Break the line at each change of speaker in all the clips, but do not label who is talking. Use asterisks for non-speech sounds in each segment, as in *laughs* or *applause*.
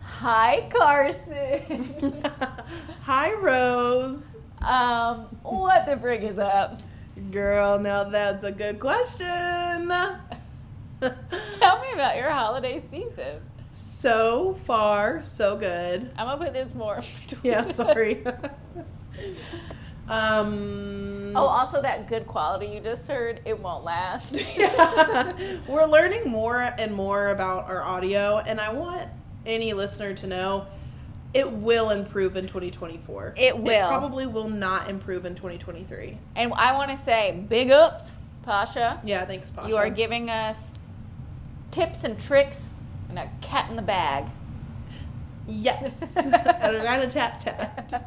Hi,
*laughs*
Carson.
Hi, Rose.
um, what the frick is up?
Girl, now that's a good
*laughs*
question.
Tell me about your holiday season.
so far, so good.
I'm gonna put this more. *laughs* in between
Yeah,
us.
sorry. um.
Oh, also that good quality you just heard, it won't
*laughs*
last.
We're learning more and more about our audio, and I want any listener to know it will improve in 2024.
It will.
probably will not improve in 2023.
and I want to say big ups, Pasha.
Yeah, thanks, Pasha.
You are giving us tips and tricks and a cat in the bag. *laughs*
Yes. and a tat tat.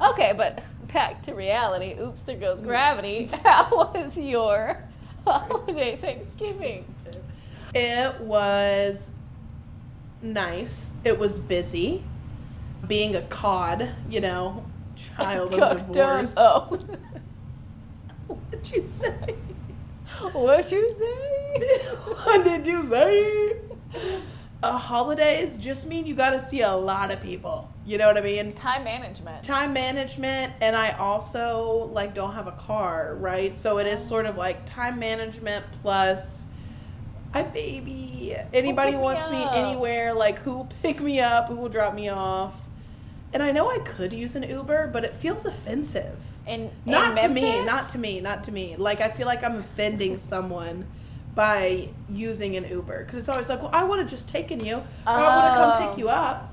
okay, but back to reality. Oops, there goes gravity. *laughs* How was your *laughs* holiday Thanksgiving?
It was nice. It was busy. Being a cod, you know, child of
Cooked up.
divorce.
Oh.
*laughs* What'd you say? *laughs*
what you say?
what did you say? Uh, holidays just mean you got to see a lot of people. You know what I
*laughs*
mean?
Time management.
Time management, and I also like don't have a car, right? So it is sort of like time management plus. I baby. Anybody
pick me
wants me
up?
anywhere, like who will pick me up, who will drop me off. And I know I could use an Uber, but it feels offensive.
And
Not to me, not to me, not to me. Like I feel like I'm offending someone by using an Uber because it's always like, well, I would have just taken you, or I would have come
Oh.
pick you up.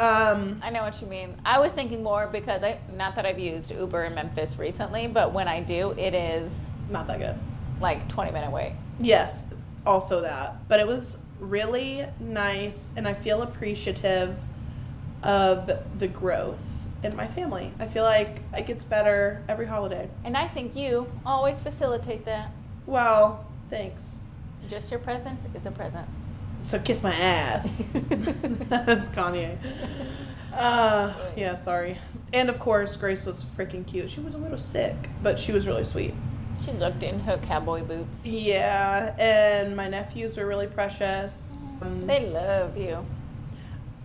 Um,
I know what you mean. I was thinking more because I not that I've used Uber in Memphis recently, but when I do, it is
not that good.
like 20 minute wait.
Yes, also that. But it was really nice, and I feel appreciative of the growth in my family. I feel like it gets better every holiday.
And I think you always facilitate that.
Well, thanks.
Just your presence is a
*laughs*
present.
So kiss
*laughs*
my ass. That's Kanye. Uh, yeah, sorry. And of course, Grace was freaking cute. She was a little sick, but she was really sweet.
She looked in her cowboy boots.
Yeah, and my nephews were really precious. Um,
They love
*laughs*
you.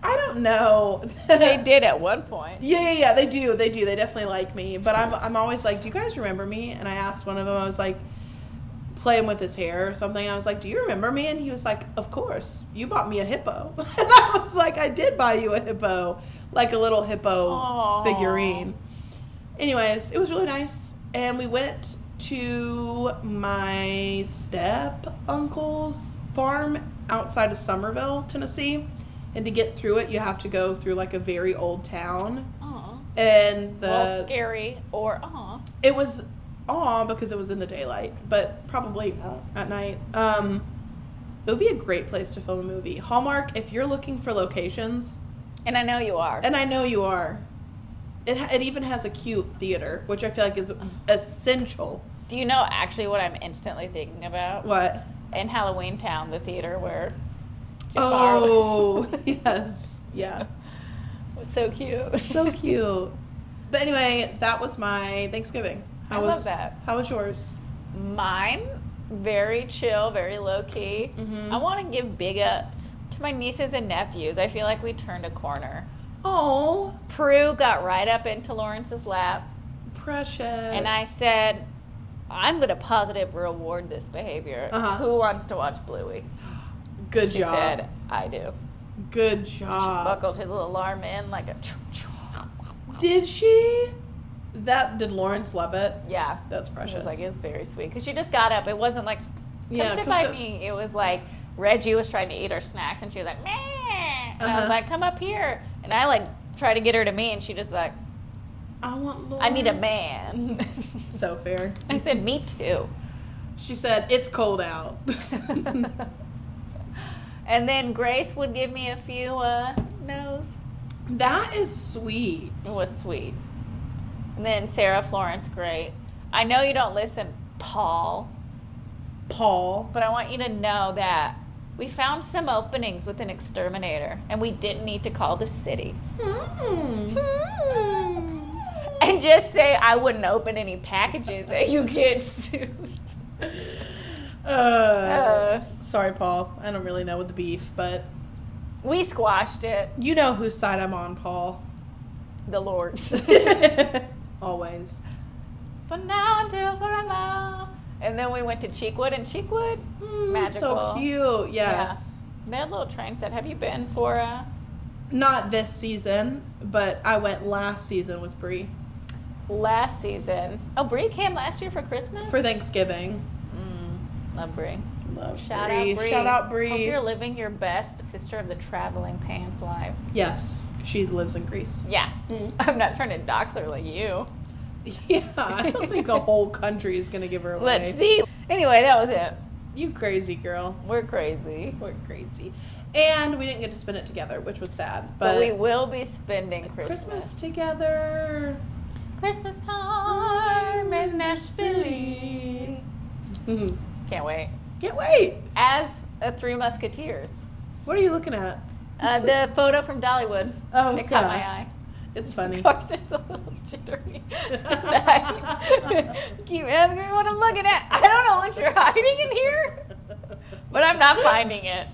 I don't know. *laughs*
They did at one point.
Yeah, yeah, yeah, they do. They do. They definitely like me. But I'm, I'm always like, do you guys remember me? And I asked one of them, I was like, playing with his hair or something. I was like, do you remember me? And he was like, of course. You bought me a hippo. *laughs* And I was like, I did buy you a hippo, like a little hippo
Aw.
figurine. Anyways, it was really nice. And we went to my step uncle's farm outside of Somerville, Tennessee. And to get through it, you have to go through like a very old town.
Aw.
And the
well, scary or aw.
it was aw because it was in the daylight, but probably
Oh.
at night. Um, it would be a great place to film a movie. Hallmark, if you're looking for locations,
And I know you are.
and I know you are, it ha- it even has a cute theater, which I feel like is essential.
Do you know actually what I'm instantly thinking about?
What?
In Halloween Town, the theater where Jafar
Oh,
was.
yes, yeah,
was *laughs* so cute.
so cute. But anyway, that was my Thanksgiving.
*laughs* I
was,
love that.
How was yours?
Mine, very chill, very low key.
Mm-hmm.
I want to give big ups to my nieces and nephews. I feel like we turned a corner.
Oh,
Prue got right up into Lawrence's lap,
precious.
and I said, I'm going to positive reward this behavior.
Uh-huh.
Who wants to watch Bluey?
good
She
job.
said, I do.
Good job.
Buckled his little arm in like a.
Did she? That did Lawrence love it?
Yeah.
That's
She
precious.
was like, it's very sweet. Because she just got up. It wasn't like, come
Yeah,
sit
come
by
sit-
me. It was like, Reggie was trying to eat her snacks and she was like, meh. And I
Uh-huh.
was like, come up here. And I like tried to get her to me and she just like,
I want Lawrence.
I need a man. *laughs*
So fair.
I said, me too.
She said, "It's
*laughs*
cold out."
And then Grace would give me a few uh, no's.
that is sweet.
It was sweet. And then Sarah Florence, great. I know you don't listen, Paul.
Paul.
But I want you to know that we found some openings with an exterminator, and we didn't need to call the city.
Hmm.
And just say I wouldn't open any packages that you get sued.
Uh,
Uh,
sorry, Paul. I don't really know with the beef, but
We squashed it.
You know whose side I'm on,
*laughs*
Paul. *laughs*
The Lord's. *laughs*
Always.
For now until forever. And then we went to Cheekwood, and Cheekwood,
Mm,
Magical.
So cute. Yes.
their little train set. Have you been for uh
Not this season, but I went last season with Bree
last season? Oh, Brie came last year for Christmas.
for Thanksgiving.
mm, love Brie.
Love
Shout
Bree.
out Brie.
Shout out
Hope
Bree.
you're living your best sister of the traveling pants life.
Yes, she lives in Greece. *laughs*
Yeah,
Mm.
*laughs* I'm not trying to dox her like you.
Yeah, I don't think the whole country is gonna give her away.
Let's see. Anyway, that was it.
You crazy girl.
We're crazy.
We're crazy. And we didn't get to spend it together, which was sad.
But,
But,
we will be spending
Christmas.
Christmas.
together.
Christmas time in Nashville.
Mhm.
Can't wait.
Can't wait.
As a Three Musketeers.
What are you looking at? *laughs*
Uh, the photo from Dollywood.
Oh,
It caught
yeah.
my eye.
It's
*laughs*
funny.
Carson's a little jittery *laughs*
*laughs*
tonight. *laughs* Keep asking me what I'm looking at. I don't know what you're hiding in here, but I'm not finding *laughs* it.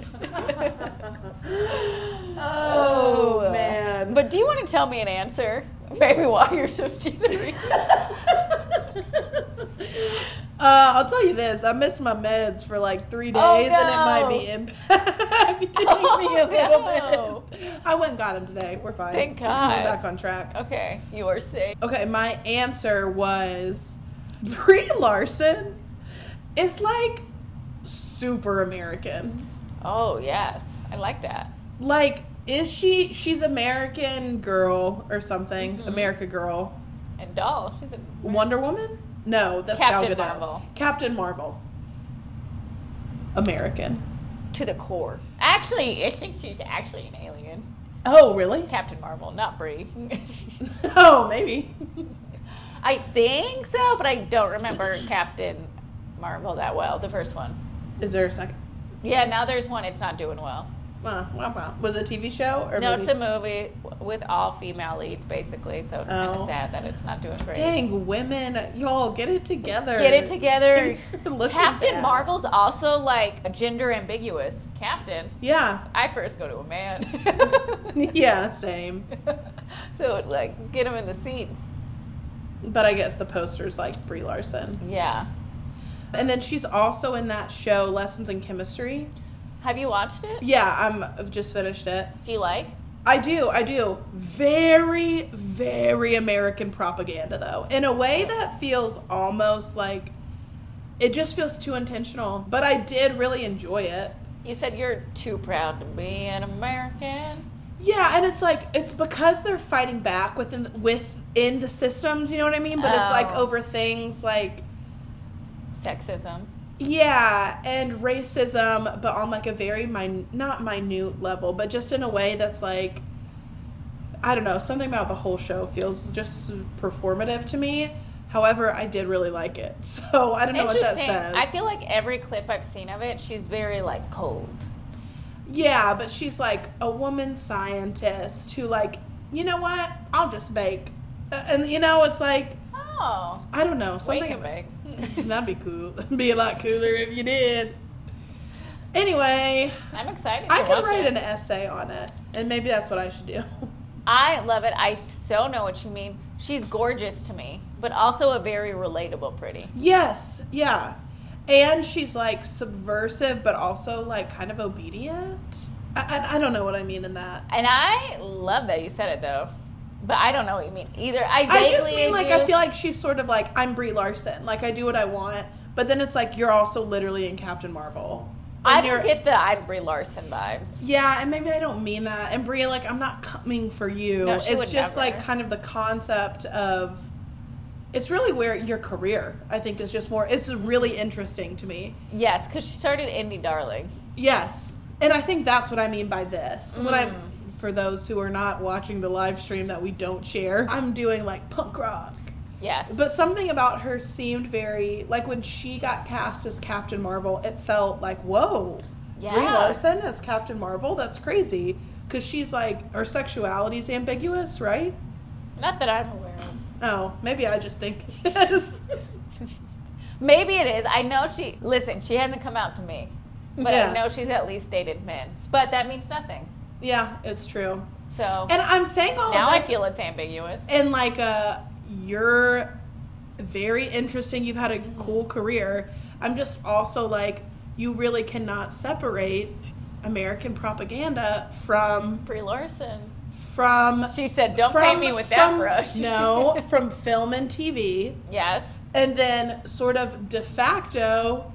oh, man.
But do you want to tell me an answer? Maybe why you're so *laughs* jittery.
*laughs* uh, I'll tell you this: I missed my meds for like three days,
Oh,
and it might be
*laughs*
impacting me a little
Oh,
bit. I went and got him today. We're fine.
Thank
We're
God.
back on track.
Okay, you are safe.
Okay, my answer was *laughs* Brie Larson. It's like super American.
Oh yes, I like that.
Like, is she? She's American girl or something?
Mm-hmm.
America girl.
And doll, she's a
Wonder Woman? No, that's
Captain
Gal Gadot.
Marvel.
Captain Marvel. American.
to the core. Actually, I think she's actually an alien.
Oh, really?
Captain Marvel, not Brie.
*laughs* Oh, maybe.
*laughs* I think so, but I don't remember Captain Marvel that well. The first one.
Is there a second?
Yeah, now there's one. It's not doing well.
Uh, wow, wow. Was it a TV show or
No,
maybe?
it's a movie w- with all female leads, basically. So it's kind
Oh.
of sad that it's not doing great.
Dang, women, y'all get it together.
Get it together.
Things are looking
Captain
bad.
Marvel's also like gender ambiguous. Captain.
Yeah, *laughs*
I first go to a man. *laughs*
yeah, same.
so like get him in the seats.
But I guess the poster's like Brie Larson,
Yeah.
and then she's also in that show Lessons in Chemistry.
Have you watched it?
Yeah, I'm I've just finished it.
Do you like?
I do, I do. Very, very American propaganda, though. In a way that feels almost like it just feels too intentional. But I did really enjoy it.
You said you're too proud to be an American.
Yeah, and it's like it's because they're fighting back within within the systems. You know what I mean? But it's like
Oh.
over things like
Sexism.
yeah, and racism, but on like a very min- not minute level, but just in a way that's like I don't know, something about the whole show feels just performative to me. However, I did really like it, *laughs* so I don't know what that
Interesting.
says.
I feel like every clip I've seen of it, she's very like cold.
yeah, but she's like a woman scientist who like you know what? I'll just bake, Uh, and you know it's like
Oh,
I don't know something.
wake and bake.
*laughs* That'd be cool. *laughs* be a lot cooler if you did. Anyway,
I'm excited.
I
to
could
watch
write
it.
an essay on it, and maybe that's what I should do. *laughs*
I love it. I so know what you mean. She's gorgeous to me, but also a very relatable pretty.
yes, yeah. And she's like subversive, but also like kind of obedient. I, I, I don't know what I mean in that.
And I love that you said it though, but I don't know what you mean either. I
I
vaguely
just mean like I
do-
feel like she's sort of like I'm Brie Larson, like I do what I want, but then it's like you're also literally in Captain Marvel.
I
And
don't
you're-
get the I'm Brie Larson vibes.
Yeah, and maybe I don't mean that. And Bria, like, I'm not coming for you.
No, she
it's
would
just
never.
like kind of the concept of it's really where your career, I think, is just more it's really interesting to me.
Yes, because she started Indie Darling.
Yes. And I think that's what I mean by this. What I'm
Mm.
for those who are not watching the live stream that we don't share, I'm doing like punk rock.
Yes.
But something about her seemed very like when she got cast as Captain Marvel, it felt like, whoa.
yeah.
Brie Larson as Captain Marvel? That's crazy. Because she's like, her sexuality's ambiguous, right?
Not that I'm aware of.
Oh, maybe I just think it is. *laughs*
Maybe it is. I know she. Listen, she hasn't come out to me, but
Yeah.
I know she's at least dated men. But that means nothing.
Yeah, it's true.
So
And I'm saying all
now
of
I
this,
feel it's ambiguous.
and like uh, you're very interesting. You've had a cool career. I'm just also like you really cannot separate American propaganda from
Brie Larson.
from
She said, "Don't
from,
paint me with that
from-
brush."
no, from film and TV,
*laughs* yes.
and then sort of de facto.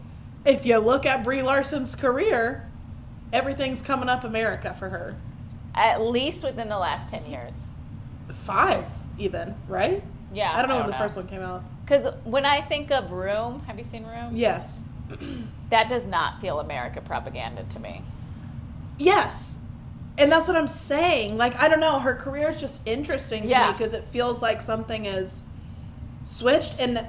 If you look at Brie Larson's career, everything's coming up America for her.
At least within the last ten years.
Five, even right?
Yeah.
I don't know when the first one came out.
Because when I think of Room, have you seen Room?
Yes,
That does not feel America propaganda to me.
Yes. And that's what I'm saying. Like, I don't know. Her career is just interesting to
Yeah.
me because it feels like something is switched. And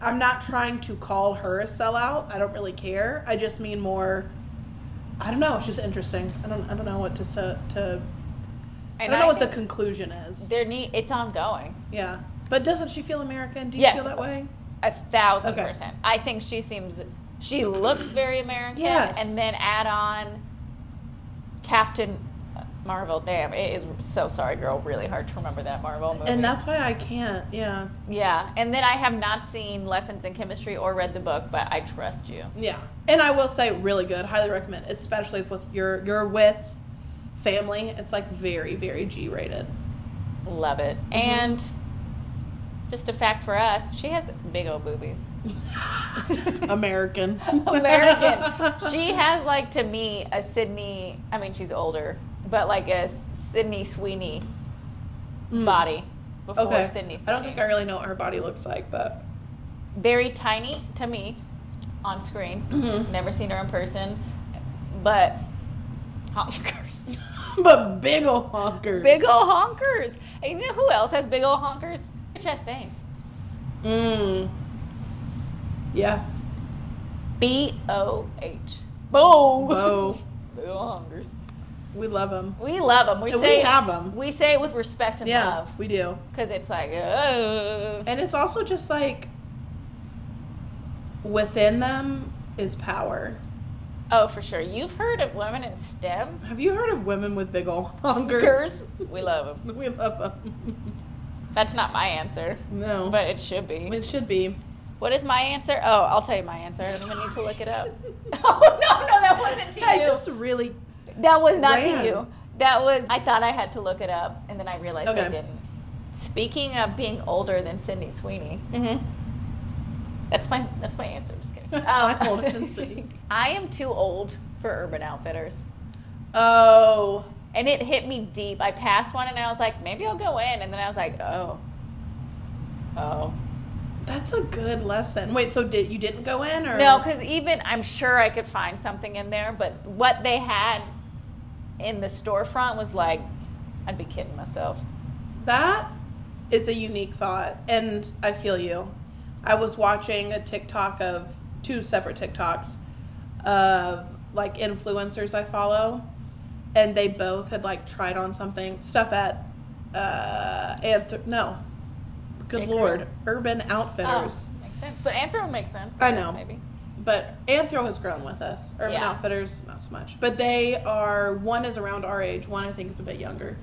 I'm not trying to call her a sellout. I don't really care. I just mean more. I don't know. It's just interesting. I don't. I don't know what to say. To I don't know what the
think
conclusion is.
there need it's ongoing.
Yeah. But doesn't she feel American? Do you
Yes.
feel that way?
A thousand
Okay.
percent. I think she seems she looks very American.
Yes.
And then add on Captain Marvel. Damn, it is so sorry, girl. Really hard to remember that Marvel movie.
And that's why I can't. Yeah.
yeah. And then I have not seen Lessons in Chemistry or read the book, but I trust you.
Yeah, and I will say, really good. Highly recommend, especially if with your you're with family. It's like very very G
*laughs*
rated.
Love it.
Mm-hmm.
And just a fact for us, she has big old boobies. *laughs*
American.
American.
*laughs*
she has like to me a Sydney. I mean, she's older, but like a S- Sydney Sweeney
Mm.
body before
Okay.
Sydney Sweeney.
I don't think I really know what her body looks like, but
very tiny to me on screen. Never seen her in person, but *laughs* honkers,
*laughs* but big ol' honker.
big ol' honkers. And you know who else has big ol' honkers? Chastain.
Mm.
*laughs*
Yeah.
B O H. Boom.
Bo.
Big ol' honkers.
We love them.
We love them. We
And we
say
have 'em.
We say it with respect and
Yeah,
love.
we do.
Because it's like, oh.
And it's also just like within them is power.
oh, for sure. You've heard of women in STEM?
Have you heard of women with big ol' honkers?
Girls, we love them.
*laughs* We love them.
That's not my answer,
*laughs* No.
but it should be.
it should be.
What is my answer? Oh, I'll tell you my answer. I don't even need to look it
*laughs*
up. *laughs* Oh, no, no, that wasn't to
I
you.
just really
that was not
ran.
to you. That was, I thought I had to look it up, and then I realized I
Okay.
didn't. Speaking of being older than Cindy Sweeney, that's my that's my answer. Just kidding.
*laughs*
Um,
I'm older than Cindy Sweeney.
*laughs* I am too old for Urban Outfitters.
Oh.
And it hit me deep. I passed one and I was like, maybe I'll go in. And then I was like, oh. Oh.
That's a good lesson. Wait, so did you didn't go in or
No, because even, I'm sure I could find something in there, but what they had in the storefront was like, I'd be kidding myself.
that is a unique thought and I feel you. I was watching a TikTok of two separate TikToks of like influencers I follow and they both had like tried on something stuff at uh Anth- no. Good
Bakery.
lord, Urban Outfitters.
Oh, makes sense. But Anthro makes sense.
I know.
Maybe.
But Anthro has grown with us. Urban
Yeah.
Outfitters, not so much. But they are one is around our age, one I think is a bit younger.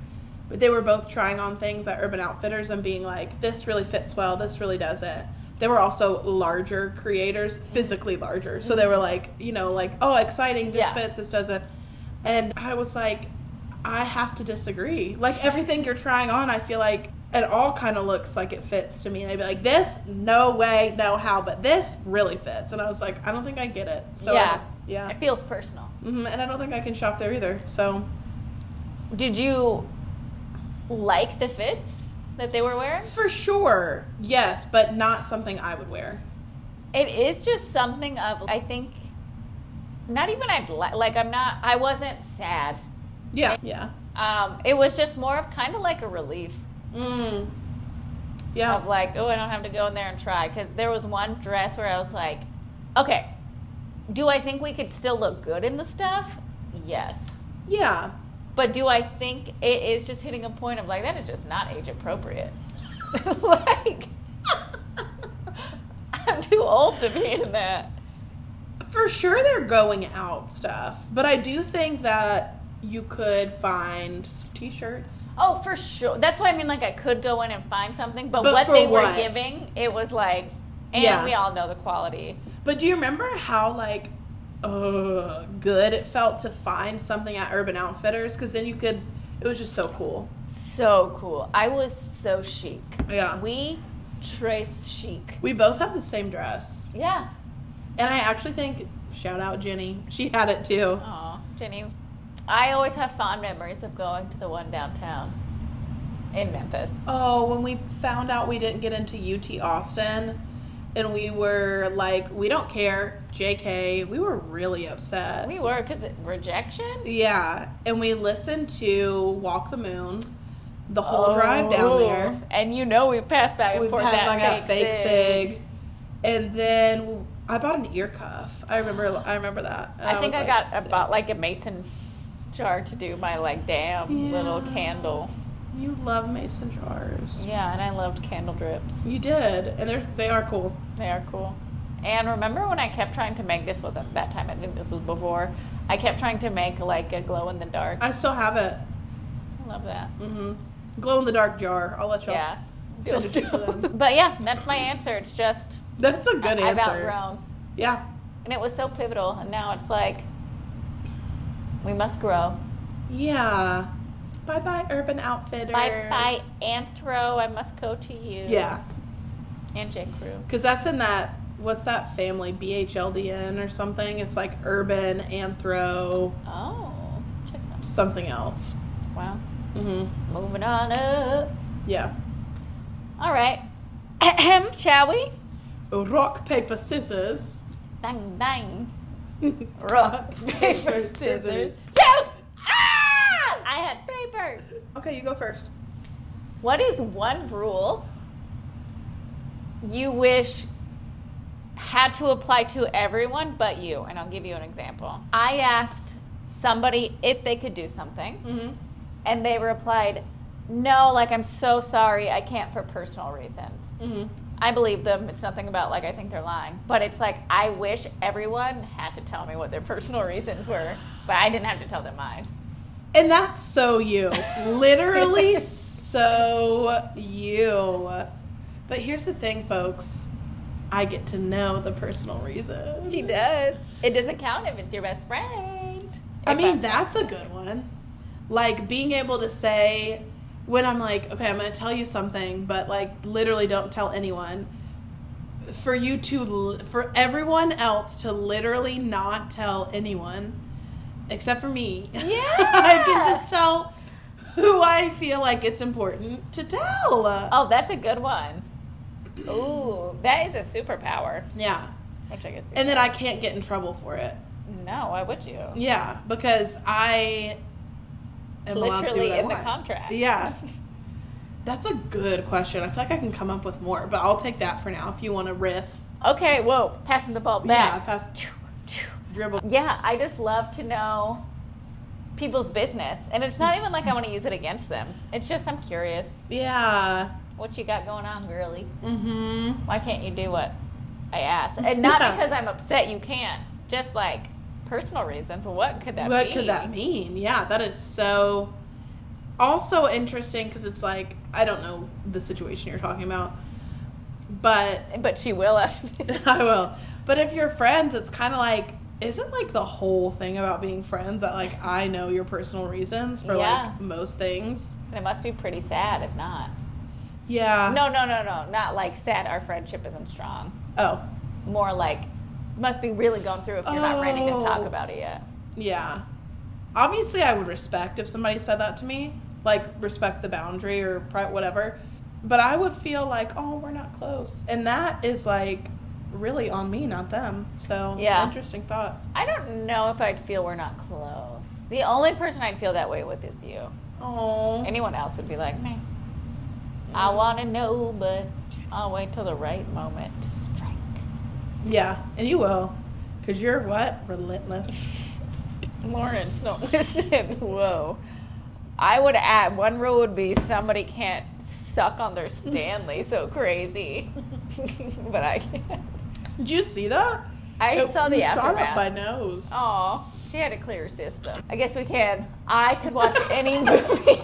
But they were both trying on things at Urban Outfitters and being like, "This really fits well. This really doesn't." They were also larger creators, physically larger. So they were like, you know, like, "Oh, exciting. This
Yeah.
fits. This doesn't." And I was like, "I have to disagree. Like everything you're trying on, I feel like." It all kind of looks like it fits to me. And they'd be like, this, no way, no how, but this really fits. And I was like, I don't think I get it. So,
Yeah.
yeah.
It feels personal.
Mhm, And I don't think I can shop there either. So,
Did you like the fits that they were wearing?
For sure, yes, but not something I would wear.
It is just something of, I think, not even I'd li- like, I'm not, I wasn't sad.
Yeah, yeah,
Um, it was just more of kind of like a relief
mm. yeah.
of like, oh, I don't have to go in there and try. Because there was one dress where I was like, okay, do I think we could still look good in the stuff? Yes.
yeah.
But do I think it is just hitting a point of like, that is just not age appropriate? *laughs* like, *laughs* I'm too old to be in that.
For sure, they're going out stuff, but I do think that you could find some t-shirts.
Oh, for sure. That's why I mean, like, I could go in and find something, but,
But
what
for
they
what?
were giving, it was like, and
Yeah.
we all know the quality.
But do you remember how like uh good it felt to find something at Urban Outfitters cuz then you could it was just so cool.
So cool. I was so chic.
Yeah.
We
We,
trace chic.
we both have the same dress.
Yeah.
And I actually think shout out Jenny. She had it too.
Oh, Jenny. I always have fond memories of going to the one downtown in Memphis.
Oh, when we found out we didn't get into UT Austin and we were like, we don't care, JK, we were really upset.
We were, because rejection?
yeah, and we listened to Walk the Moon the whole drive down
Oh.
there.
And you know we passed back and
We
forth
passed
that
by that
fake,
fake
sig.
sig. And then I bought an ear cuff. I remember I remember that. And
I think
was
I
like,
got
sick.
about like a mason jar to do my like damn little
Yeah.
candle.
You love mason jars.
Yeah, and I loved candle drips.
You did. And they're they are cool.
They are cool. And remember when I kept trying to make this wasn't that time, I think this was before. I kept trying to make like a glow in the dark. I
I still have it.
love that.
hmm Glow in the dark jar. I'll let y'all *laughs*
Yeah.
finish it for them. *laughs*
But yeah, that's my answer. It's just
That's a good
I've
answer.
outgrown.
Yeah.
And it was so pivotal and now it's like we must grow.
Yeah. Bye bye, Urban Outfitters.
Bye bye Anthro, I must go to you.
Yeah.
And J. Crew.
Because that's in that, what's that family? BHLDN or something? It's like Urban, Anthro,
Oh, check that.
something else.
Wow.
Mm-hmm.
Moving on up.
Yeah.
All right. Ahem, shall we?
Oh, Rock, paper, scissors. *laughs*
Bang, bang.
Rock,
*laughs* Go! Ah! I had paper.
Okay, you go first.
What is one rule you wish had to apply to everyone but you? And I'll give you an example. I asked somebody if they could do something,
Mm-hmm.
and they replied, no, like, I'm so sorry, I can't for personal reasons.
Mm-hmm.
I believe them. It's nothing about like I think they're lying, but it's like I wish everyone had to tell me what their *laughs* personal reasons were, but I didn't have to tell them mine.
And that's so you. Literally so you. But here's the thing, folks. I get to know the personal reason.
She does. It doesn't count if it's your best friend.
I
If
mean,
I'm-
that's a good one. Like being able to say when I'm like, okay, I'm going to tell you something, but like literally don't tell anyone. For you to, l- for everyone else to literally not tell anyone except for me. *laughs* I can
Yeah.
just tell who I feel like it's important to tell.
Oh, that's a good one. Ooh, that is a superpower.
Yeah.
Which I guess. is-
And then I can't get in trouble for it.
no, why would you?
Yeah, because I
It's
allowed to do
literally
what I
in the
want.
contract.
Yeah. That's a good question. I feel like I can come up with more, but I'll take that for now if you want to riff.
Okay. Whoa. Passing the ball
Yeah,
back.
pass dribble.
Yeah, I just love to know people's business. And it's not even like I want to use it against them. It's just I'm curious.
Yeah.
What you got going on, girly?
Mm-hmm.
Why can't you do what I asked? And not
Yeah.
because I'm upset you can't. Just like personal reasons. What could that
What
be?
could that mean? Yeah, that is so also interesting because it's like I don't know the situation you're talking about, but *laughs*
But she will ask.
I will. But if you're friends, it's kind of like isn't like the whole thing about being friends that like I know your personal reasons for
Yeah.
like most things.
and it must be pretty sad if not.
Yeah.
No, no, no, no. Not like sad our friendship isn't strong.
Oh.
More like must be really going through if you're not ready to talk
Oh.
about it yet.
Yeah. Obviously, I would respect if somebody said that to me, like respect the boundary or pri- whatever. But I would feel like, oh, we're not close, and that is like really on me, not them. So
Yeah.
interesting thought.
I don't know if I'd feel we're not close. The only person I'd feel that way with is you.
Oh,
Anyone else would be like, me. I want to know, but I'll wait till the right moment to strike.
yeah, and you will, cause you're what relentless. *laughs*
Lawrence, don't *laughs* listen. Whoa. I would add one rule would be somebody can't suck on their Stanley so crazy. *laughs* but I can't.
Did you see that?
I
It-
saw the
you shot up
aftermath.
my nose.
Aw. She had a clear system. I guess we can. I could watch any movie *laughs*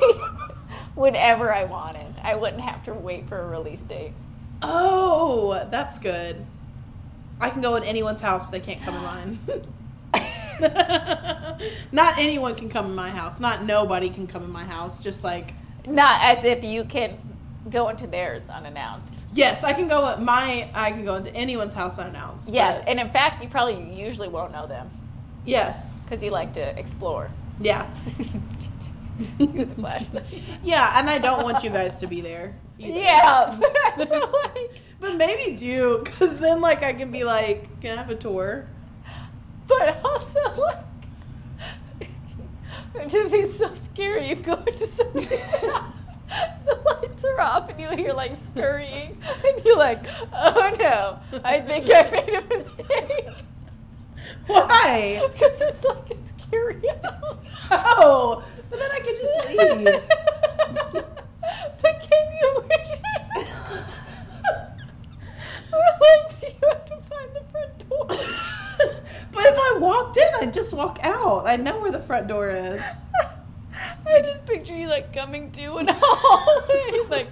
whenever I wanted. I wouldn't have to wait for a release date. *laughs*
Oh, that's good. I can go in anyone's house, but they can't come in mine. *laughs* not anyone can come in my house. Not nobody can come in my house. Just like
Not as if you can go into theirs unannounced.
yes, I can go. in My I can go into anyone's house unannounced.
Yes,
but-
and in fact, you probably usually won't know them
yes.
because you like to explore.
Yeah. *laughs*
Do the flashlight.
Yeah, and I don't want you guys to be there. either.
Yeah, *laughs* but I feel like,
But maybe do, because then like I can be like, can I have a tour?
but also *laughs* like, to be so scary, you go into somebody's house, *laughs* the lights are off, and you hear like scurrying, *laughs* and you're like, oh no, I think I made a mistake. *laughs*
Why?
Because it's like a scary *laughs* house.
Oh, but then I could just leave. *laughs*
*laughs* but can you wish yourself? *laughs* Or like, do you have to find the front door?
but if I walked in, I'd just walk out. I know where the front door is.
*laughs* I just picture you like coming to in a *laughs* hallway, like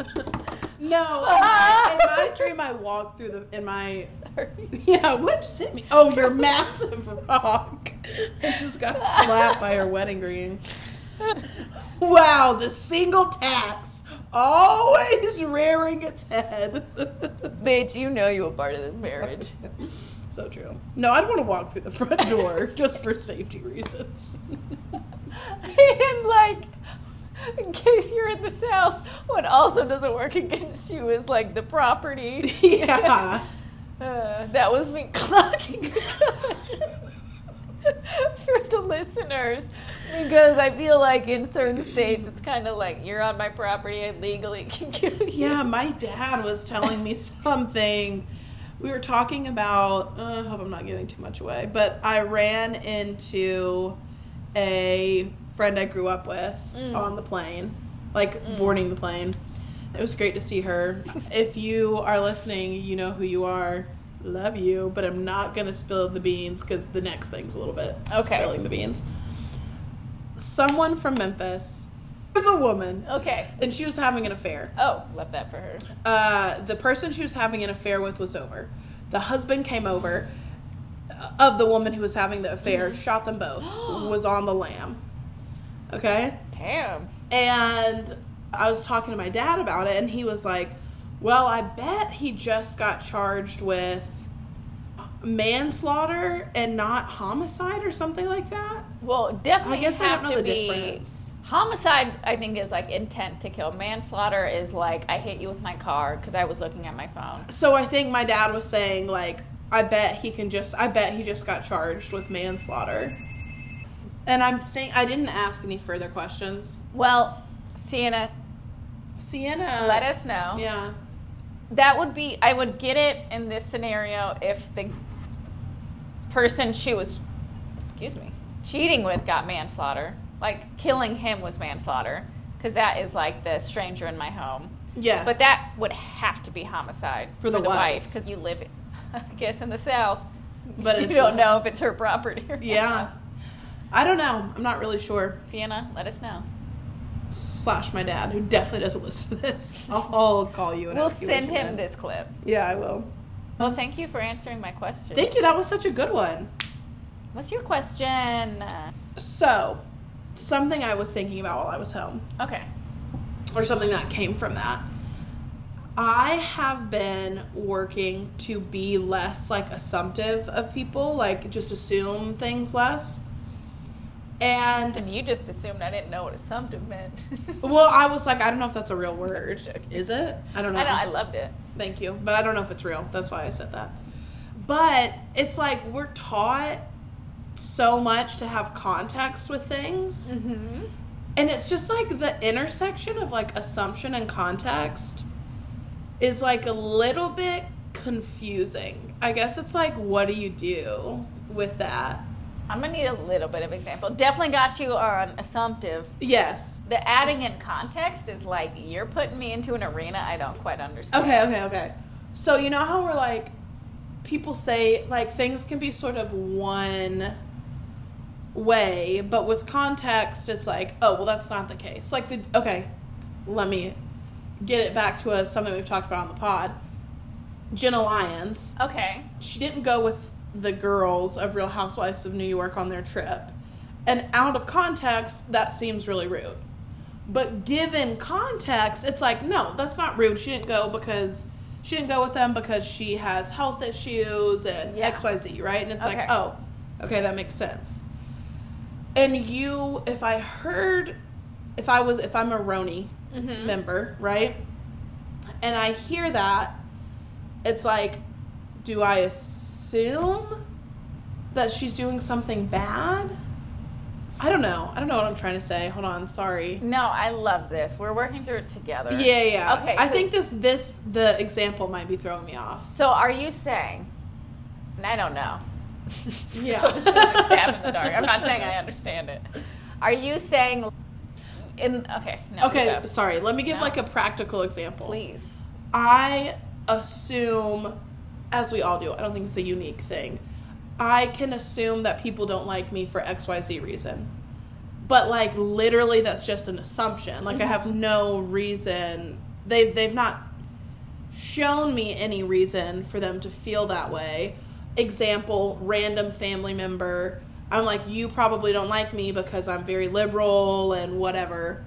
No, in my, in my dream, I walked through the in my
sorry.
yeah. What just hit me? Oh, your massive rock! I just got slapped by her wedding ring. Wow, the single tax always rearing its head. *laughs*
Bitch, you know you were part of this marriage.
so true. No, I'd want to walk through the front door just for safety reasons.
and like, in case you're in the south, what also doesn't work against you is like the property.
*laughs* yeah.
Uh, that was me clocking *laughs* for the listeners because I feel like in certain states it's kind of like you're on my property, I legally can kill you.
Yeah, my dad was telling me *laughs* something. We were talking about, uh, I hope I'm not giving too much away, but I ran into a friend I grew up with on the plane, like boarding the plane. It was great to see her. if you are listening, you know who you are. Love you, but I'm not going to spill the beans because the next thing's a little bit
Okay.
spilling the beans. Someone from Memphis was a woman,
Okay.
and she was having an affair
Oh, left that for her.
uh, the person she was having an affair with was over. The husband came over uh, of the woman who was having the affair,
Mm-hmm.
shot them
*gasps*
both, was on the lam. Okay?
Damn.
And I was talking to my dad about it, and he was like, Well, I bet he just got charged with manslaughter and not homicide or something like that.
Well, definitely
I guess I
have
don't know
to
the
be.
difference.
Homicide, I think, is like intent to kill. Manslaughter is like I hit you with my car because I was looking at my phone.
So I think my dad was saying, like, I bet he can just, I bet he just got charged with manslaughter. And I'm think I didn't ask any further questions.
Well, Sienna,
Sienna,
let us know.
Yeah,
That would be, I would get it in this scenario if the person she was, excuse me, cheating with got manslaughter. Like killing him was manslaughter because that is like the stranger in my home.
yes,
But that would have to be homicide
For the wife.
because you live, I guess, in the South. *laughs*
but
you
it's-
don't know if it's her property or
Yeah,
not.
I don't know. I'm not really sure.
Sienna, let us know.
Slash my dad, who definitely doesn't *laughs* listen to this. I'll call you. And
We'll
ask you
send
what you
him
did.
this clip.
Yeah, I will.
Well, thank you for answering my question.
Thank you. That was such a good one.
What's your question?
So, something I was thinking about while I was home.
Okay.
or something that came from that. I have been working to be less like assumptive of people, like just assume things less. And
And you just assumed I didn't know what assumptive meant.
*laughs* well, I was like, I don't know if that's a real word.
just joking.
Is it? I don't
*laughs*
know.
I know, I loved it.
Thank you. But I don't know if it's real. That's why I said that. But it's like we're taught so much to have context with things.
Mm-hmm.
And it's just like the intersection of like assumption and context is like a little bit confusing. I guess it's like, what do you do with that?
I'm gonna need a little bit of example. Definitely got you on assumptive.
Yes.
The adding in context is like you're putting me into an arena I don't quite understand.
Okay, okay, okay. So, you know how we're like, people say like things can be sort of one way, but with context, it's like, oh, well, that's not the case. Like the okay, let me get it back to a, something we've talked about on the pod. Jenna Lyons,
Okay.
she didn't go with the girls of Real Housewives of New York on their trip, and out of context, that seems really rude. But given context, it's like, no, that's not rude. She didn't go because she didn't go with them because she has health issues and
Yeah.
XYZ, right? And it's
Okay.
like, oh, okay, that makes sense. And you, if I heard, if I was, if I'm a Roni
Mm-hmm.
member, right? And I hear that, it's like, do I assume that she's doing something bad? I don't know. I don't know what I'm trying to say. Hold on, sorry.
No, I love this. We're working through it together.
Yeah, yeah.
Okay,
I
so-
think this this the example might be throwing me off.
So are you saying, and I don't know. *laughs*
Yeah.
so this is a stab in the dark. I'm not saying I understand it. Are you saying, in, okay, no.
Okay,
no.
sorry. Let me give
No.
like a practical example.
Please.
I assume, as we all do, I don't think it's a unique thing. I can assume that people don't like me for XYZ reason. But like literally that's just an assumption. Like I have no reason they they've not shown me any reason for them to feel that way. Example, random family member. I'm like, you probably don't like me because I'm very liberal and whatever.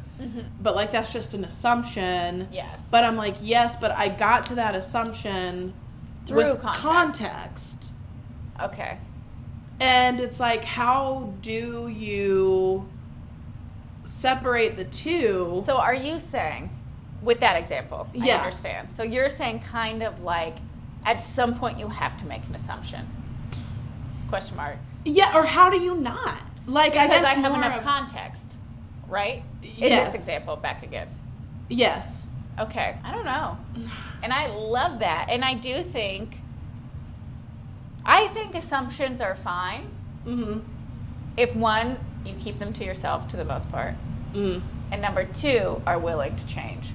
But like that's just an assumption.
Yes.
But I'm like, yes, but I got to that assumption
Through
with
context.
context.
okay.
And it's like, how do you separate the two?
So are you saying, with that example, I
Yeah.
understand. So you're saying kind of like, at some point you have to make an assumption. Question mark.
yeah, or how do you not? Like, I
Because
guess
I have
more
enough
of-
context, right? In
Yes.
this example, back again.
yes,
Okay. I don't know. And I love that. And I do think I think assumptions are fine
mm-hmm.
if one, you keep them to yourself to the most part.
mm.
And number two, are willing to change.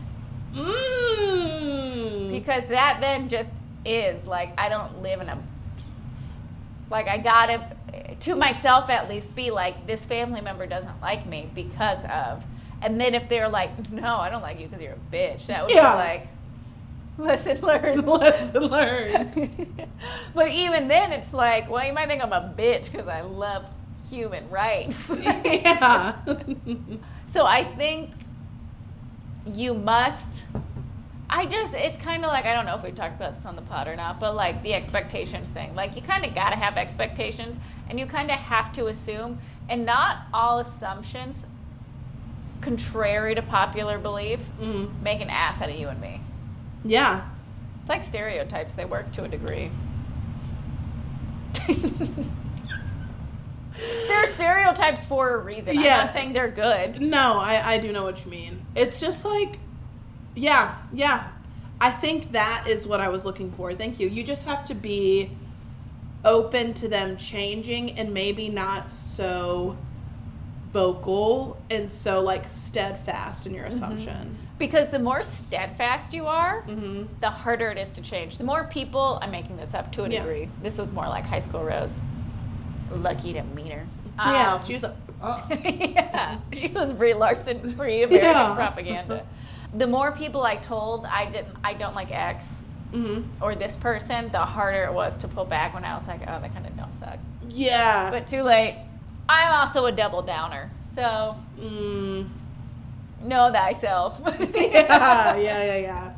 Mm.
Because that then just is like I don't live in a like I gotta to myself at least be like this family member doesn't like me because of and then if they're like no I don't like you because you're a bitch that would
Yeah.
be like lesson
*laughs*
learned
*laughs* Lesson learned. *laughs*
*laughs* but even then, it's like, well, you might think I'm a bitch because I love human rights.
yeah. Mm-hmm.
so I think you must. I just, it's kind of like, I don't know if we talked about this on the pod or not, but like the expectations thing. Like, you kind of got to have expectations and you kind of have to assume, and not all assumptions, contrary to popular belief,
mm.
make an ass out of you and me.
Yeah.
It's like stereotypes, they work to a
*laughs*
degree. They're stereotypes for a reason. I'm not
Yes.
saying they're good.
No, I, I do know what you mean. It's just like, yeah, yeah. I think that is what I was looking for. Thank you. You just have to be open to them changing and maybe not so vocal and so like steadfast in your assumption.
Because the more steadfast you are,
Mm-hmm.
the harder it is to change. The more people, I'm making this up to a
Yeah.
degree. This was more like high school Rose. Lucky to meet her.
yeah,
Um,
she was a. *laughs* uh,
*laughs* yeah, she was Brie Larson, free American
Yeah.
propaganda. The more people I told I didn't, I don't like X,
mhm.
or this person, the harder it was to pull back when I was like, oh, they kind of don't suck.
Yeah.
But too late. I'm also a double downer. So
mm. *laughs*
know thyself.
yeah, yeah, yeah, yeah.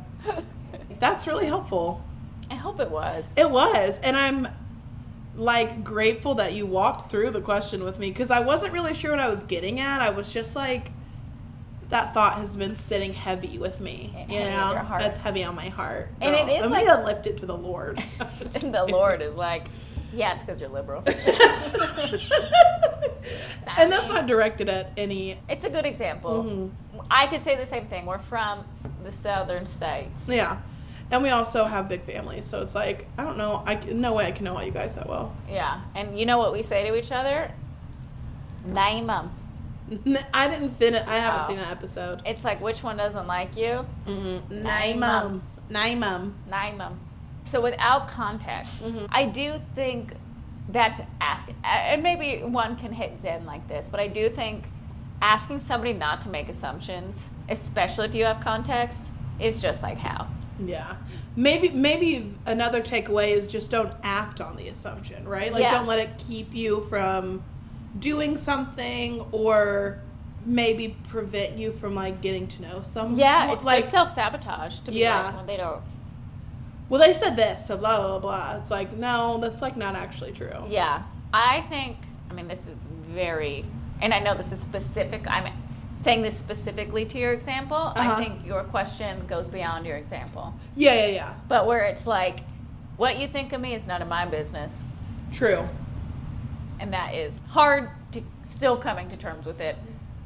That's really helpful.
I hope it was.
*laughs* It was, and I'm like grateful that you walked through the question with me because I wasn't really sure what I was getting at. I was just like, that thought has been sitting heavy with me.
Heavy
you
with
know,
your heart.
that's heavy on my heart.
And it
girl.
is
I'm
like-
gonna lift it to the Lord.
and *laughs* the Lord is like, yeah, it's because you're
*laughs*
liberal.
and that's not directed at any.
It's a good example.
Mhm.
I could say the same thing. We're from s- the southern states.
Yeah. And we also have big families, so it's like I don't know. I c- no way I can know all you guys that well. *laughs*
Yeah. And you know what we say to each other? Name 'em.
I didn't fin. I haven't
Oh.
seen that episode.
It's like, which one doesn't like you?
Mm-hmm.
Name 'em.
Name 'em.
Nine of 'em. So without context,
Mhm.
I do think that's asking, and maybe one can hit Zen like this, but I do think asking somebody not to make assumptions, especially if you have context, is just like how.
Yeah. Maybe maybe another takeaway is just don't act on the assumption, right? Like
Yeah.
don't let it keep you from doing something or maybe prevent you from like getting to know someone.
Yeah, it's like,
like
self sabotage to be
Yeah.
like, well, they don't.
well they said this, so blah blah blah. It's like no, that's like not actually true.
Yeah, I think. I mean, this is very, and I know this is specific. I'm saying this specifically to your example. I
Uh-huh.
think your question goes beyond your example,
Yeah, yeah, yeah.
but where it's like, what you think of me is none of my business,
True.
and that is hard to still coming to terms with it,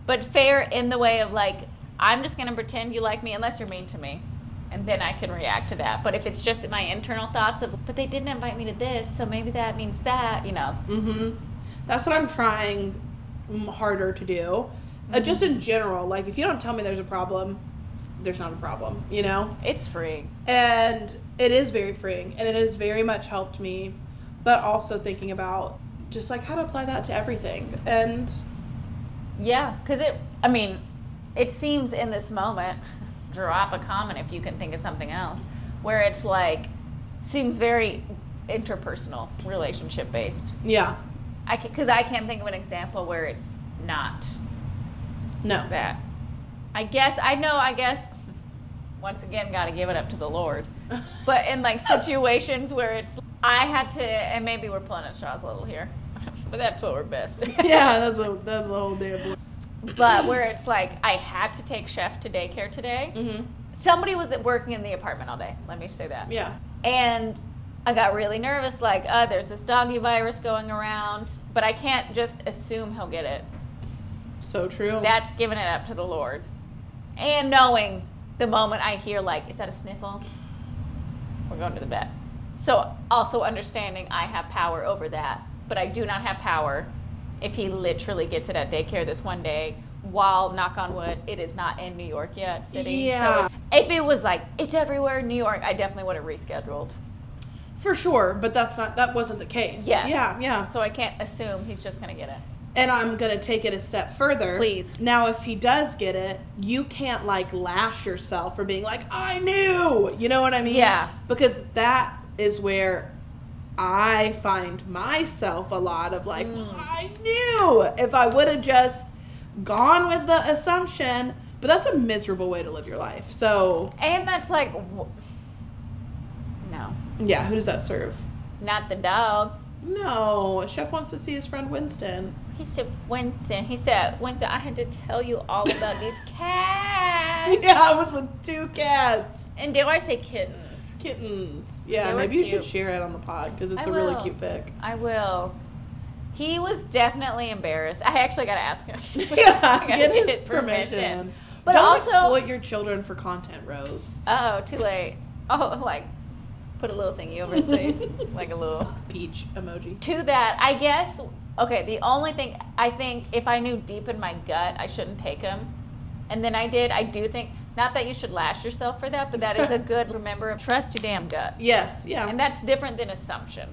but fair in the way of like, I'm just gonna pretend you like me unless you're mean to me. And then I can react to that. But if it's just my internal thoughts of, but they didn't invite me to this, so maybe that means that, you know,
Mhm. That's what I'm trying mm, harder to do. Uh, just in general, like if you don't tell me there's a problem, there's not a problem, you know?
it's free.
and it is very freeing and it has very much helped me but also thinking about just like how to apply that to everything and
Yeah, because it, I mean, it seems in this moment, *laughs* drop a comment if you can think of something else, where it's like, seems very interpersonal, relationship based.
yeah
I because I can't think of an example where it's not
no
that. I guess I know. I guess once again, got to give it up to the Lord. But in like situations where it's, I had to, and maybe we're pulling at straws a little here, *laughs* but that's what we're best.
*laughs* yeah that's what that's the whole damn point
but where it's like I had to take chef to daycare today.
mm-hmm.
Somebody was working in the apartment all day. Let me say that.
yeah
And I got really nervous. Like, uh, there's this doggy virus going around, but I can't just assume he'll get it.
so true
That's giving it up to the Lord. And knowing the moment I hear like, is that a sniffle? We're going to the vet. So also understanding I have power over that, but I do not have power if he literally gets it at daycare this one day. While knock on wood, it is not in New York yet, city.
Yeah.
So if it was like it's everywhere, New York, I definitely would have rescheduled.
for sure but that's not that wasn't the case
Yes.
yeah yeah
So I can't assume he's just gonna get it.
and i'm gonna take it a step further
Please.
now if he does get it you can't like lash yourself for being like i knew you know what i mean
Yeah.
because that is where I find myself a lot of like,
Mm.
I knew if I would have just gone with the assumption, but that's a miserable way to live your life. So,
And that's like, wh- no,
yeah, who does that serve?
not the dog.
No, Chef wants to see his friend Winston. *laughs*
He said, Winston, he said, Winston, I had to tell you all about
*laughs*
these cats.
Yeah, I was with two cats,
And dare I say kittens?
kittens. Yeah,
They were
maybe you should
cute.
share it on the pod because it's
I
a really
will.
cute
*laughs*
pic.
I will. He was definitely embarrassed. I actually got to ask
*laughs*
him. *laughs*
Yeah,
I gotta
get his permission.
But
Don't
also,
exploit your children for content, Rose.
oh, too late. Oh, like, put a little thingy over his
*laughs*
face, like a little.
Peach emoji.
to that, I guess. Okay, the only thing I think if I knew deep in my gut I shouldn't take him, and then I did. I do think not that you should lash yourself for that, but that is a good remember. Trust your damn gut,
Yes, yeah.
and that's different than assumption.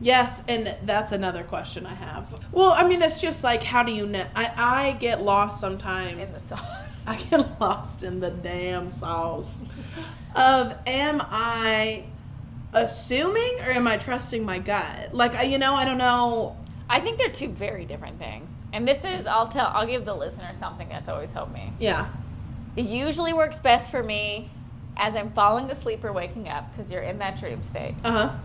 Yes, and that's another question I have. Well, I mean, it's just like, how do you know? I, I get lost
In the
sometimes.
sauce.
I get *laughs* lost in the damn sauce of am I assuming or am I trusting my gut? Like, I, you know, I don't know.
*laughs* I think they're two very different things, and this is I'll tell I'll give the listener something that's always helped me.
Yeah,
It usually works best for me as I'm falling asleep or waking up because you're in that dream state,
uh huh.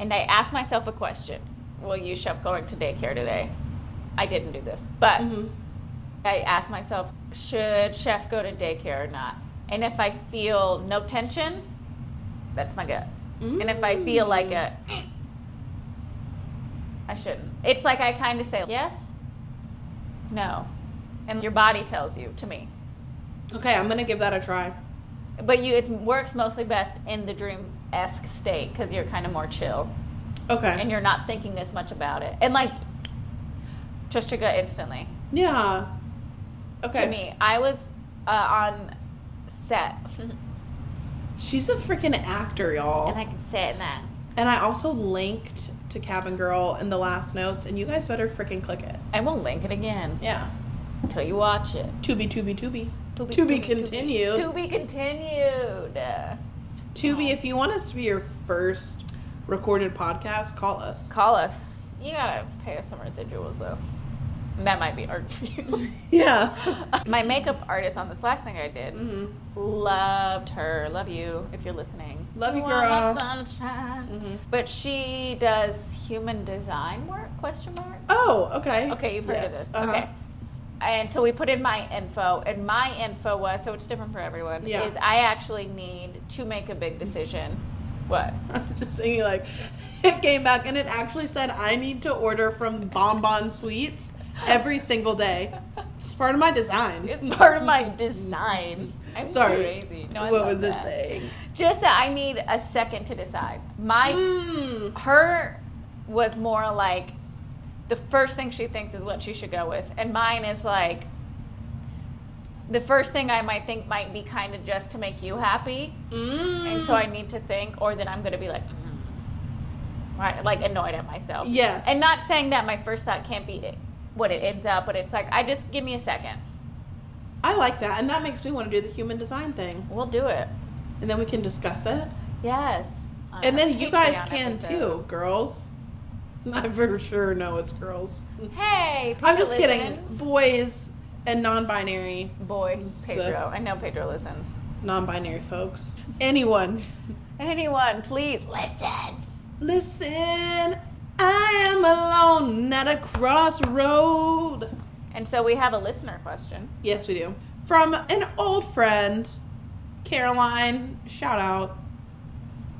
and I ask myself a question: Will you shove going to daycare today? I didn't do this, but.
hmm
I ask myself, should Chef go to daycare or not? And if I feel no tension, that's my gut. And if I feel like a, I shouldn't. It's like I kind of say yes, no, and your body tells you to me.
Okay, I'm gonna give that a try.
But you, it works mostly best in the dream esque state because you're kind of more chill
Okay.
and you're not thinking as much about it. And like, trust your gut instantly.
yeah. Okay.
to me. I was uh, on
*laughs*
set, and
She's a freaking actor, y'all.
I can say it in that.
And I also linked to Cabin Girl in the last notes, and you guys better freaking click it.
And we'll link it again
Yeah.
until you watch it.
To be, to be, to be.
To be-
To be
to be- to be-
continued.
To be continued. Uh,
To be, if you want us to be your first recorded podcast, call us.
Call us. You gotta pay us some residuals though. And that might be hard for
*laughs*
you. *laughs*
Yeah.
My makeup artist on this last thing I did
hmm
loved her. Love you if you're listening.
Love you,
are my
girl.
sunshine.
Mhm.
But she does human design work? Question mark.
Oh, okay.
Okay, you've heard
Yes.
of this.
Uh-huh.
Okay. And so we put in my info, and my info was so it's different for everyone.
Yeah.
Is I actually need to make a big decision. What?
*laughs* I'm just thinking, like, it came back and it actually said, I need to order from Bonbon Sweets every single day. It's part of my design.
It's part of my design. I'm
Sorry.
crazy. No, I
what
love
was
that.
it saying?
Just that I need a second to decide. My
Mm.
her was more like the first thing she thinks is what she should go with, and mine is like the first thing I might think might be kind of just to make you happy,
Mm.
and so I need to think, or then I'm going to be like. Mm. right, Like annoyed at myself.
Yes.
And not saying that my first thought can't be it- what it ends up, but it's like, I just give me a second.
I like that, and that makes me want to do the human design thing,
We'll do it.
and then we can discuss it,
Uh, Yes. on
and
our
then you guys
Patreon
can
episode.
too, girls. *laughs* I for sure know it's girls.
Hey, Pedro
I'm just kidding,
listens.
boys and non-binary,
Boy,
So-
Pedro. I know Pedro listens.
non-binary folks, anyone.
Anyone, please listen.
Listen, I am alone at a crossroad.
And so we have a listener question.
Yes, we do. From an old friend, Caroline. Shout out.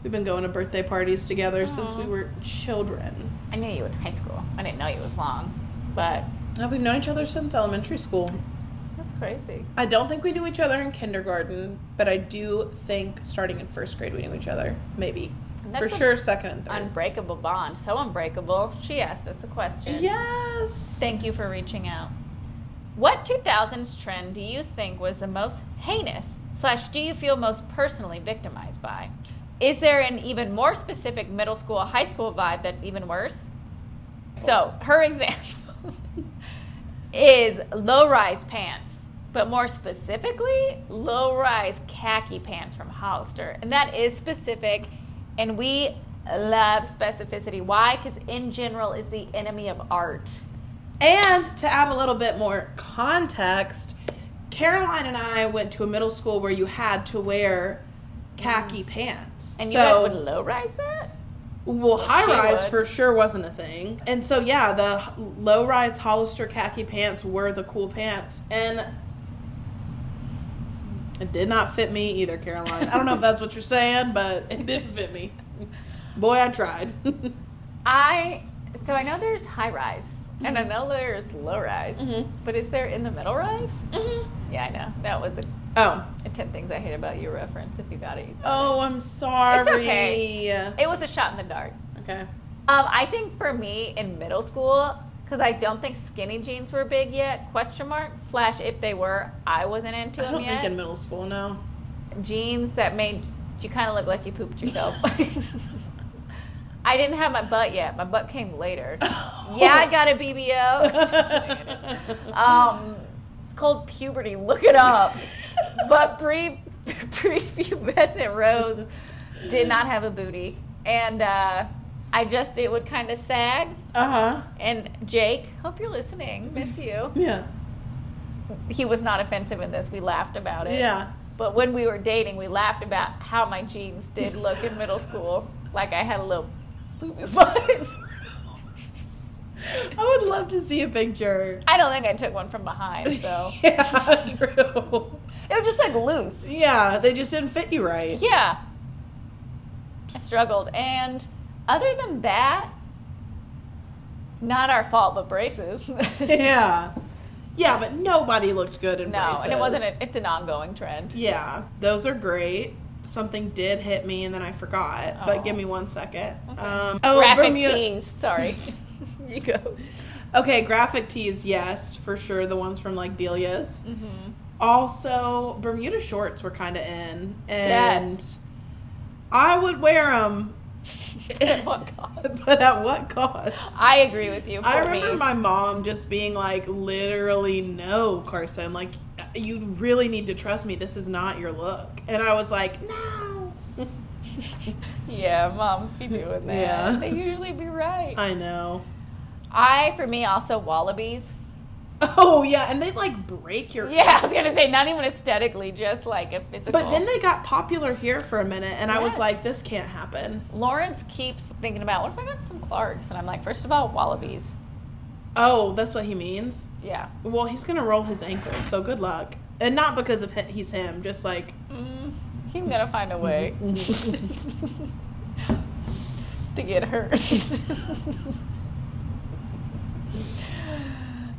We've been going to birthday parties together since
Aw.
we were children.
I knew you in high school. I didn't know you was long, but
Now we've known each other since elementary school.
that's crazy.
I don't think we knew each other in kindergarten, but I do think starting in first grade we knew each other. Maybe.
That's
For
a-
sure, second and third.
Unbreakable bond. So unbreakable. She asked us a question.
Yes.
Thank you for reaching out. What 2000s trend do you think was the most heinous, slash, do you feel most personally victimized by? Is there an even more specific middle school, high school vibe that's even worse? So, her example *laughs* is low rise pants, but more specifically, low rise khaki pants from Hollister. And that is specific, and we love specificity. Why? Because in general is the enemy of art.
And to add a little bit more context, Caroline and I went to a middle school where you had to wear khaki pants.
Mm. And you
so,
guys would low rise that?
well, high
She
rise
would.
for sure wasn't a thing. And so, yeah, the low rise Hollister khaki pants were the cool pants. And it did not fit me either, Caroline. I don't know if that's what you're saying, but
*laughs*
it didn't fit me. Boy, I tried.
Mm-hmm. I so I know there's high rise and I
Mm-hmm.
know there's low rise,
Mhm.
but is there in the middle rise? Yeah, I know that was a,
Oh.
a ten things I hate about you reference. If you got it, you got
Oh, I'm sorry.
okay. it. it was a shot in the dark.
Okay.
Um, I think for me in middle school, because I don't think skinny jeans were big yet. Question mark slash if they were, I wasn't into
I
them
don't
yet.
think in middle school, no.
jeans that made you kind of look like you pooped
*laughs*
yourself. *laughs* I didn't have my butt yet. My butt came
*laughs*
later. *laughs* Yeah, I got a BBL.
*laughs*
um, called puberty. Look it up. But pre *laughs* prepubescent Rose did not have a booty, and uh, I just it would kind of sag.
Uh huh.
And Jake, hope you're listening. Miss you.
Yeah.
He was not offensive in this. We laughed about it.
Yeah.
But when we were dating, we laughed about how my jeans did look in middle school. Like I had a little poopy *laughs* butt.
I would love to see a picture.
I don't think I took one from behind, so
*laughs* Yeah, true.
it was just like loose.
Yeah, they just didn't fit you right.
Yeah. I struggled. And other than that, not our fault, but braces. *laughs* no,
*laughs* Yeah. Yeah, but nobody looked good in braces.
and it wasn't, a, it's an ongoing trend.
yeah, those are great. Something did hit me and then I forgot.
Oh.
But give me one second.
Okay.
Um, oh,
Graphic
Bermuda.
tees,
*laughs*
sorry. you *laughs* go.
Okay, graphic tees, yes, for sure. The ones from like Delia's.
Mm-hmm.
Also, Bermuda shorts were kind of in, and I would wear them
*laughs* At what cost?
*laughs* but at what cost?
I agree with you. For
I remember
me.
my mom just being like, literally, no, Carson. Like, you really need to trust me. This is not your look. And I was like, no.
yeah, moms be doing that.
Yeah.
They usually be right.
I know. *laughs*
I, for me, also wallabies.
Oh, yeah. And they like break your.
Yeah, I was gonna say not even aesthetically, just like a physical.
But then they got popular here for a minute, and I was
Yes.
like, this can't happen.
Lawrence keeps thinking about what if I got some Clarks, and I'm like, first of all, wallabies.
Oh, that's what he means?
Yeah.
Well, he's going to roll his ankle, so good luck. And not because of hi- he's him, just like.
Mm, he's gonna find a way *laughs* to get hurt. *laughs*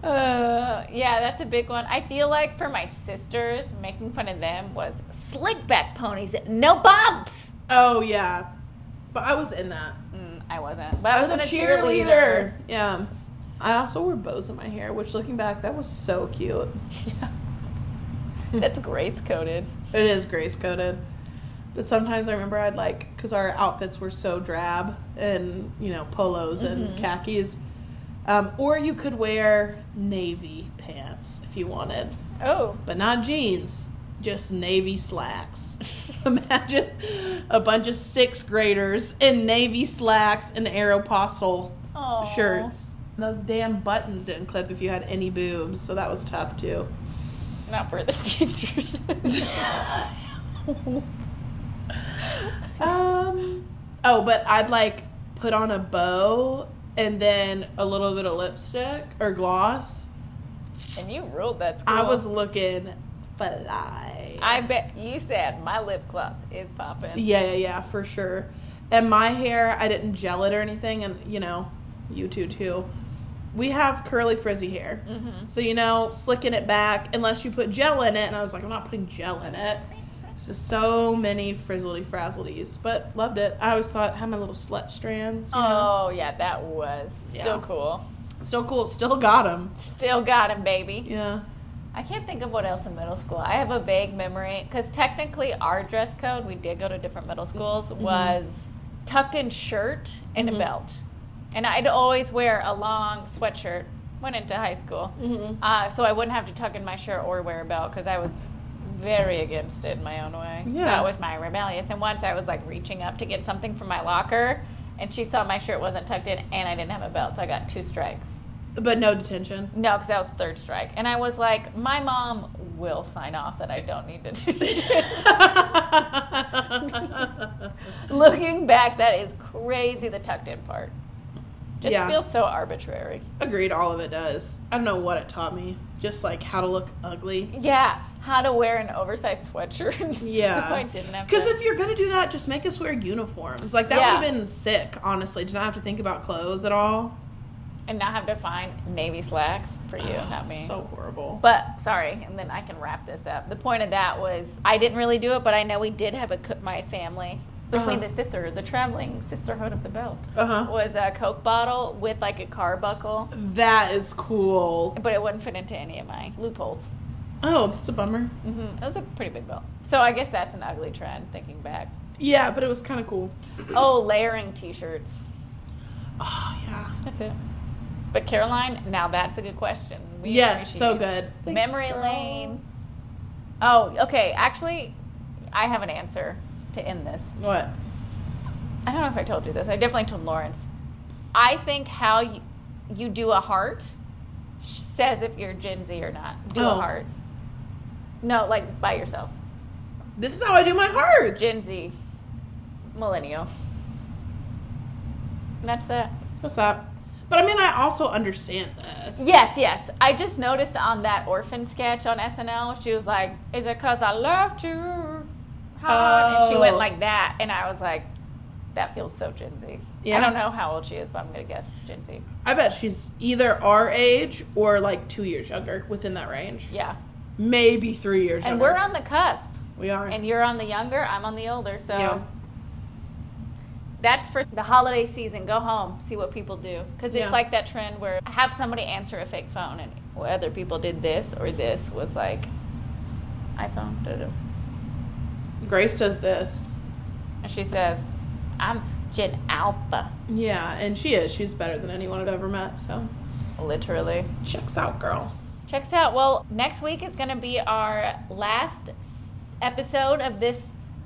uh, yeah, that's a big one. I feel like for my sisters, making fun of them was slick back ponies, no bumps.
Oh, yeah. But I was in that.
Mm, I wasn't, but I, wasn't a cheerleader. *laughs*
Yeah. I also wore bows in my hair, which looking back, that was so cute.
Yeah. That's grace coded.
It is grace coated. But sometimes I remember I'd like, because our outfits were so drab and, you know, polos and khakis. Um, or you could wear navy pants if you wanted,
Oh,
but not jeans, just navy slacks. *laughs* Imagine a bunch of sixth graders in navy slacks and Aeropostale
Aw.
shirts. Those damn buttons didn't clip if you had any boobs, so that was
*laughs*
tough too.
Not for the
*laughs*
teachers.
um, oh, but I'd like put on a bow and then a little bit of lipstick or gloss.
and you ruled that school.
I was looking fly.
I bet you said my lip gloss is popping.
yeah, yeah, yeah, for sure. And my hair, I didn't gel it or anything, and you know, you two too. We have curly frizzy hair.
Mm-hmm.
So you know, slicking it back unless you put gel in it, and I was like, I'm not putting gel in it. So, so many frizzledy frazzleties, but loved it. I always thought had my little slut strands. You know?
Oh yeah, that was still
Yeah.
cool.
Still cool. Still got them.
Still got him, baby.
Yeah.
I can't think of what else in middle school. I have a vague memory because technically our dress code, we did go to different middle schools, was tucked in shirt and a belt. And I'd always wear a long sweatshirt. Went into high school,
Mhm.
uh, so I wouldn't have to tuck in my shirt or wear a belt because I was very against it in my own way.
Yeah.
That was my rebellious. And once I was like reaching up to get something from my locker, and she saw my shirt wasn't tucked in, and I didn't have a belt, so I got two strikes.
But
*laughs*
no detention.
No, because that was third strike. And I was like, my mom will sign off that I don't need to do
*laughs*
this. Looking back, that is crazy, the tucked in part. Just
Yeah.
feels so arbitrary.
Agreed. All of it does. I don't know what it taught me. Just like how to look ugly.
Yeah, how to wear an oversized sweatshirt.
Yeah.
so *laughs* I didn't have
Because
to-
if you're gonna do that, just make us wear uniforms. Like that
Yeah.
would have been sick. Honestly, to not have to think about clothes at all.
and not have to find navy slacks for you, not me.
Ah, So horrible.
But sorry, and then I can wrap this up. The point of that was I didn't really do it, but I know we did have a co- my family between
Uh-huh.
the thither, the traveling sisterhood of the belt,
Uh huh.
was a Coke bottle with like a car buckle,
That is cool.
but it wouldn't fit into any of my loopholes.
Oh, that's a bummer.
hmm It was a pretty big belt, so I guess that's an ugly trend. Thinking back,
Yeah, but it was kind of cool.
oh, layering T-shirts.
Oh yeah.
That's it. But Caroline, now that's a good question. We
yes,
appreciate
so
you.
good. Thanks,
Memory
girl.
lane. Oh, okay. Actually, I have an answer to end this.
What?
I don't know if I told you this. I definitely told Lawrence. I think how you, you do a heart says if you're Gen Z or not. Do a
Oh.
heart. No, like by yourself.
This is how I do my hearts.
Gen Z, millennial. And that's that.
What's up? But I mean, I also understand this.
Yes, yes. I just noticed on that orphan sketch on SNL, she was like, "Is it because I loved you?" hard?" And she went
Oh.
like that, and I was like, "That feels so Gen Z." I
Yeah.
don't know how old she is, but I'm gonna guess Gen Z.
I bet she's either our age or like two years younger, within that range.
Yeah,
Maybe three years.
and
younger.
we're on the cusp,
We are.
and you're on the younger, I'm on the older, so.
Yeah.
That's for the holiday season. Go home, see what people do. Because it's
Yeah.
like that trend where have somebody answer a fake phone, and whether people did this or this was like iPhone. da-da.
Grace does this.
And she says, I'm Gen Alpha,
Yeah, and she is. She's better than anyone I've ever met. So
literally.
checks out, girl.
Checks out. Well, next week is going to be our last s- episode of this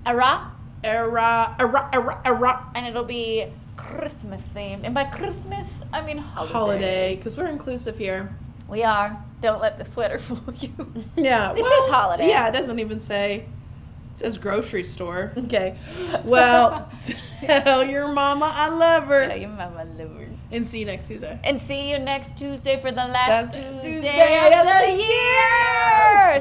era,
Era, era, era, era.
and it'll be Christmas themed. And by Christmas, I mean holiday.
Holiday, because we're inclusive here.
We are. Don't let the sweater *laughs* fool you.
Yeah.
This
well,
is holiday.
Yeah, it doesn't even say. It says grocery store.
Okay.
Well, tell your mama I love her.
Tell your mama Lord.
And see you next Tuesday.
And see you next Tuesday for the last
Last
Tuesday,
Tuesday
of
of
the year.